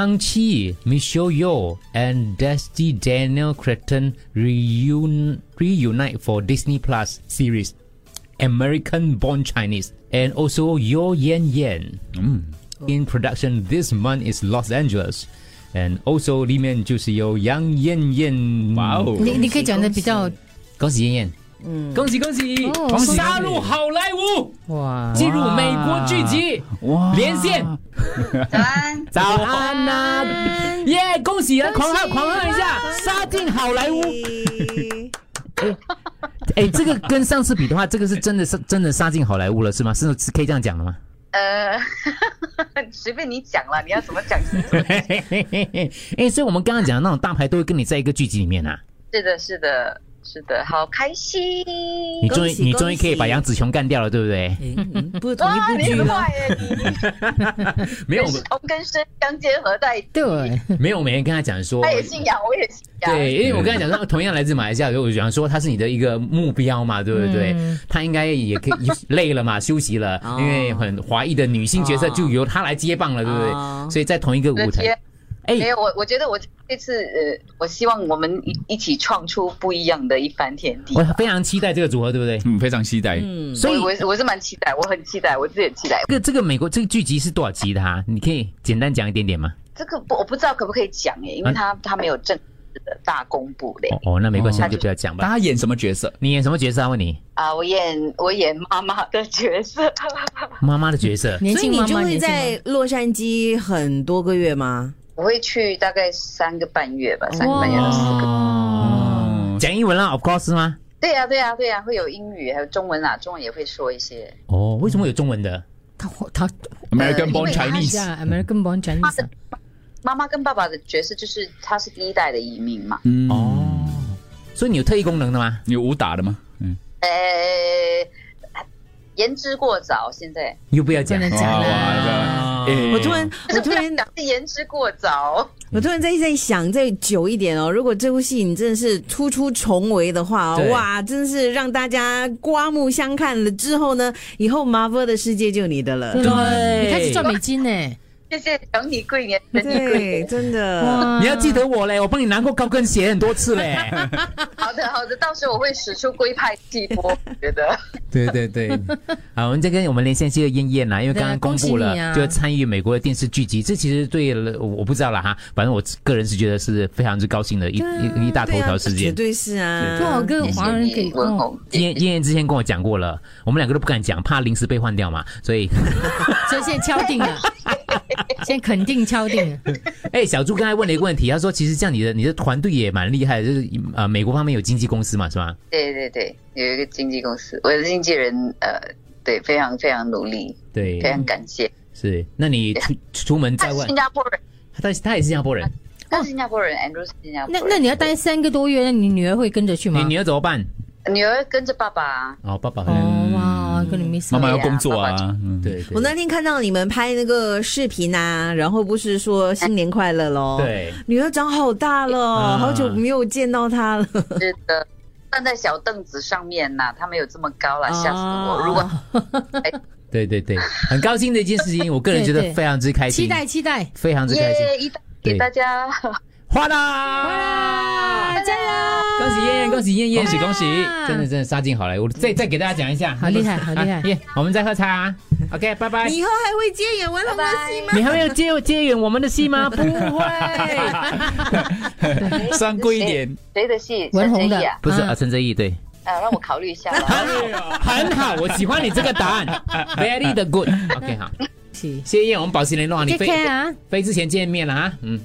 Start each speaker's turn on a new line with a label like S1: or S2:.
S1: Shang-Chi, Michelle Yeoh, and Dusty Daniel Cretton reun- reunite for Disney Plus series American Born Chinese, and also Yo Yen Yen. In production this month is Los Angeles, and also 里面就是有 Yang Yan Yan。
S2: 哇哦！
S3: 你你可以讲的比较
S1: 恭喜燕燕，
S2: 恭喜恭喜
S3: 哦恭喜恭喜
S2: 杀入好莱坞，
S3: 哇，
S2: 进入美国剧集，
S4: 哇
S2: 连线，
S5: 早安，
S2: 早安
S1: 啊
S2: 呐、耶、恭喜啊，狂贺狂贺一下，杀进好莱坞。
S1: 哎，这个跟上次比的话，这个是真的是真的杀进好莱坞了，是吗？是是可以这样讲的吗？
S5: 呃， 随便你讲啦，你要怎么讲是 怎么讲
S1: 嘿嘿嘿嘿嘿，哎，所以我们刚刚讲的那种大牌都会跟你在一个剧集里面啊。
S5: 是的，是的，是的，好开心！
S1: 你终于
S6: 恭喜
S1: 你终于可以把
S6: 恭喜
S1: 杨紫琼干掉了，对不对？
S6: 诶 嗯不是同一
S5: 哇，
S6: 部
S5: 你
S6: 剧
S5: 很
S6: 吗
S5: 坏？耶！你
S1: 啊没有
S5: 你是红跟生相结合在一起，
S3: 对，
S1: 没有，每天跟他讲说
S5: 他也姓杨，我也姓杨。
S1: 对，因为我刚才讲说，哦同样来自马来西亚，所以我想说他是你的一个目标嘛，对不对？他应该也可以累了嘛，休息了，
S6: 哦
S1: 因为很华裔的女性角色
S6: 哦
S1: 就由他来接棒了，对不
S6: 哦
S1: 对？所以在同一个
S5: 我的
S1: 舞台
S5: 天，，
S1: 哎
S5: 没有我，我觉得我这次呃，我希望我们一一起创出不一样的一番天地
S1: 我。非常期待这个组合，对不对？
S4: 嗯，非常期待。
S6: 嗯，
S1: 所以
S5: 我我是我是蛮期待，我很期待，我自己也期待。
S1: 这个这个美国这个剧集是多少集的哈？你可以简单讲一点点吗？
S5: 这个不我不知道可不可以讲耶，因为他他没有正式的大公布嘞。
S1: 哎哦哦，那没关系，
S5: 哦
S1: 那就不要讲吧。
S4: 他演什么角色？
S1: 你演什么角色啊？问你
S5: 啊，我演我演妈妈的角色，
S1: 妈妈的角色
S3: 年
S6: 所以
S3: 轻
S6: 你
S3: 妈
S6: 就
S3: 妈，
S6: 会
S3: 年轻妈妈
S6: 在洛杉矶很多个月吗？
S5: 我会去大概三个半月
S6: 哦
S5: 吧，三个半月到四个。
S4: 哦，
S1: 讲英文啦，of course 是吗？
S5: 对啊呀、对呀、对呀、会有英语，还有中文啦，啊中文也会说一些。
S1: 哦，为什么有中文的？
S3: 他他
S4: American
S5: 呃
S4: Born
S5: 因为他
S4: Chinese，
S3: Yeah, American born Chinese，啊
S6: 嗯
S5: 妈妈跟爸爸的角色就是他是第一代的移民嘛，
S4: 嗯，哦，
S1: 哦，所以你有特异功能的吗？
S4: 有武打的吗？嗯，
S5: 呃，言之过早，现在
S1: 又不要讲
S3: 不，能讲
S4: 哇哇
S3: 啦。
S4: 这哎
S6: 我突然，
S5: 不
S6: 我
S5: 是
S6: 突
S5: 不
S6: 然
S5: 是 讲是言之过早，
S6: 我突然在在想，再久一点哦，如果这部戏你真的是突出重围的话哦
S1: 对，
S6: 哇，真的是让大家刮目相看了。之后呢，以后 Marvel 的世界就你的了。
S1: 对
S3: 你开始赚美金呢，
S5: 谢谢等你贵年，等你贵
S6: 对，
S5: 年。
S6: 真的，
S3: 哇
S1: 你要记得我嘞，我帮你拿过高跟鞋很多次嘞。
S5: 好的好的，到时候我会使出龟派气波，我 觉得。
S1: 对对对， 好，我们再跟我们连线是燕燕啦，因为刚刚公布
S3: 对啊
S1: 了
S3: 恭喜，你啊
S1: 就参与美国的电视剧集，这其实对了我我不知道啦哈，反正我个人是觉得是非常之高兴的一一一大头
S6: 对啊
S1: 条事
S6: 绝
S1: 件。
S6: 对是啊。
S3: 不好跟华人
S6: 嗯
S3: 给
S5: 谢谢你文
S3: 哦，
S5: 红，
S1: 燕燕燕之前跟我讲过了，我们两个都不敢讲，怕临时被换掉嘛，所以，
S3: 所以现在敲定了，现在肯定敲定了。
S1: 哎，小猪刚才问了一个问题，他说其实像你的你的团队也蛮厉害的，就是呃美国方面有经纪公司嘛，是吧？
S5: 对对对，有一个经纪公司，我的经纪人呃，对，非常非常努力，
S1: 对
S6: 嗯
S5: 非，常感谢。
S1: 是。那你出出门
S5: 他
S1: 在
S5: 是
S1: 外
S5: 新，加坡人，
S1: 他他也是新加坡人，
S5: 他是新加坡人，Andrew 是新加坡
S3: 那
S5: 人。
S3: 那你要待三个多月，那你女儿会跟着去
S1: 你
S3: 吗？
S1: 女儿怎么办？
S5: 女儿跟着爸爸啊，
S1: 哦，爸爸回来了，
S3: 哦哇，跟你 miss
S4: 妈妈
S3: 了
S4: 要工作啊
S5: 对啊爸，
S4: 嗯，
S1: 对，对
S6: 我那天看到你们拍那个视频啊，然后不是说新年快乐
S3: 哦
S6: 喽？，
S1: 对。
S6: 女儿长好大了，
S1: 啊
S6: 好久没有见到她了。
S5: 是的，站在小凳子上面呐、他没有这么高啦，吓死我！
S6: 啊
S5: 如果
S1: 对对对，很高兴的一件事情，我个人觉得
S3: 对对
S1: 非常之开心，
S3: 期待期待，
S1: 非常之开心。
S5: 耶，一大
S1: 对
S5: 给大家，
S1: 花啦！
S3: 啊，加油！
S1: 恭喜燕燕，恭喜燕燕，
S3: 恭喜
S1: 恭喜！
S3: 啊
S1: 真的真的杀进好莱坞，再再给大家讲一下，
S3: 好厉害好厉害
S1: 啊耶！我们再喝茶，OK，拜拜
S6: 你。以后还会接演文龙的戏吗？
S1: 你还没有接接演我们的戏 吗？不会，
S4: 上贵一点，
S5: 谁的戏？
S3: 文红的
S5: 陈哲艺啊，
S1: 不是
S3: 啊
S1: 啊，陈哲艺对，
S5: 啊，让我考虑一下
S3: 哎
S5: 啦。
S1: 很好，我喜欢你这个答案 ，very 的 good。OK，好，
S3: 是
S1: 谢谢燕，我们保持联络啊，你
S3: take
S1: 飞
S3: care 啊，
S1: 飞之前见面了啊，嗯，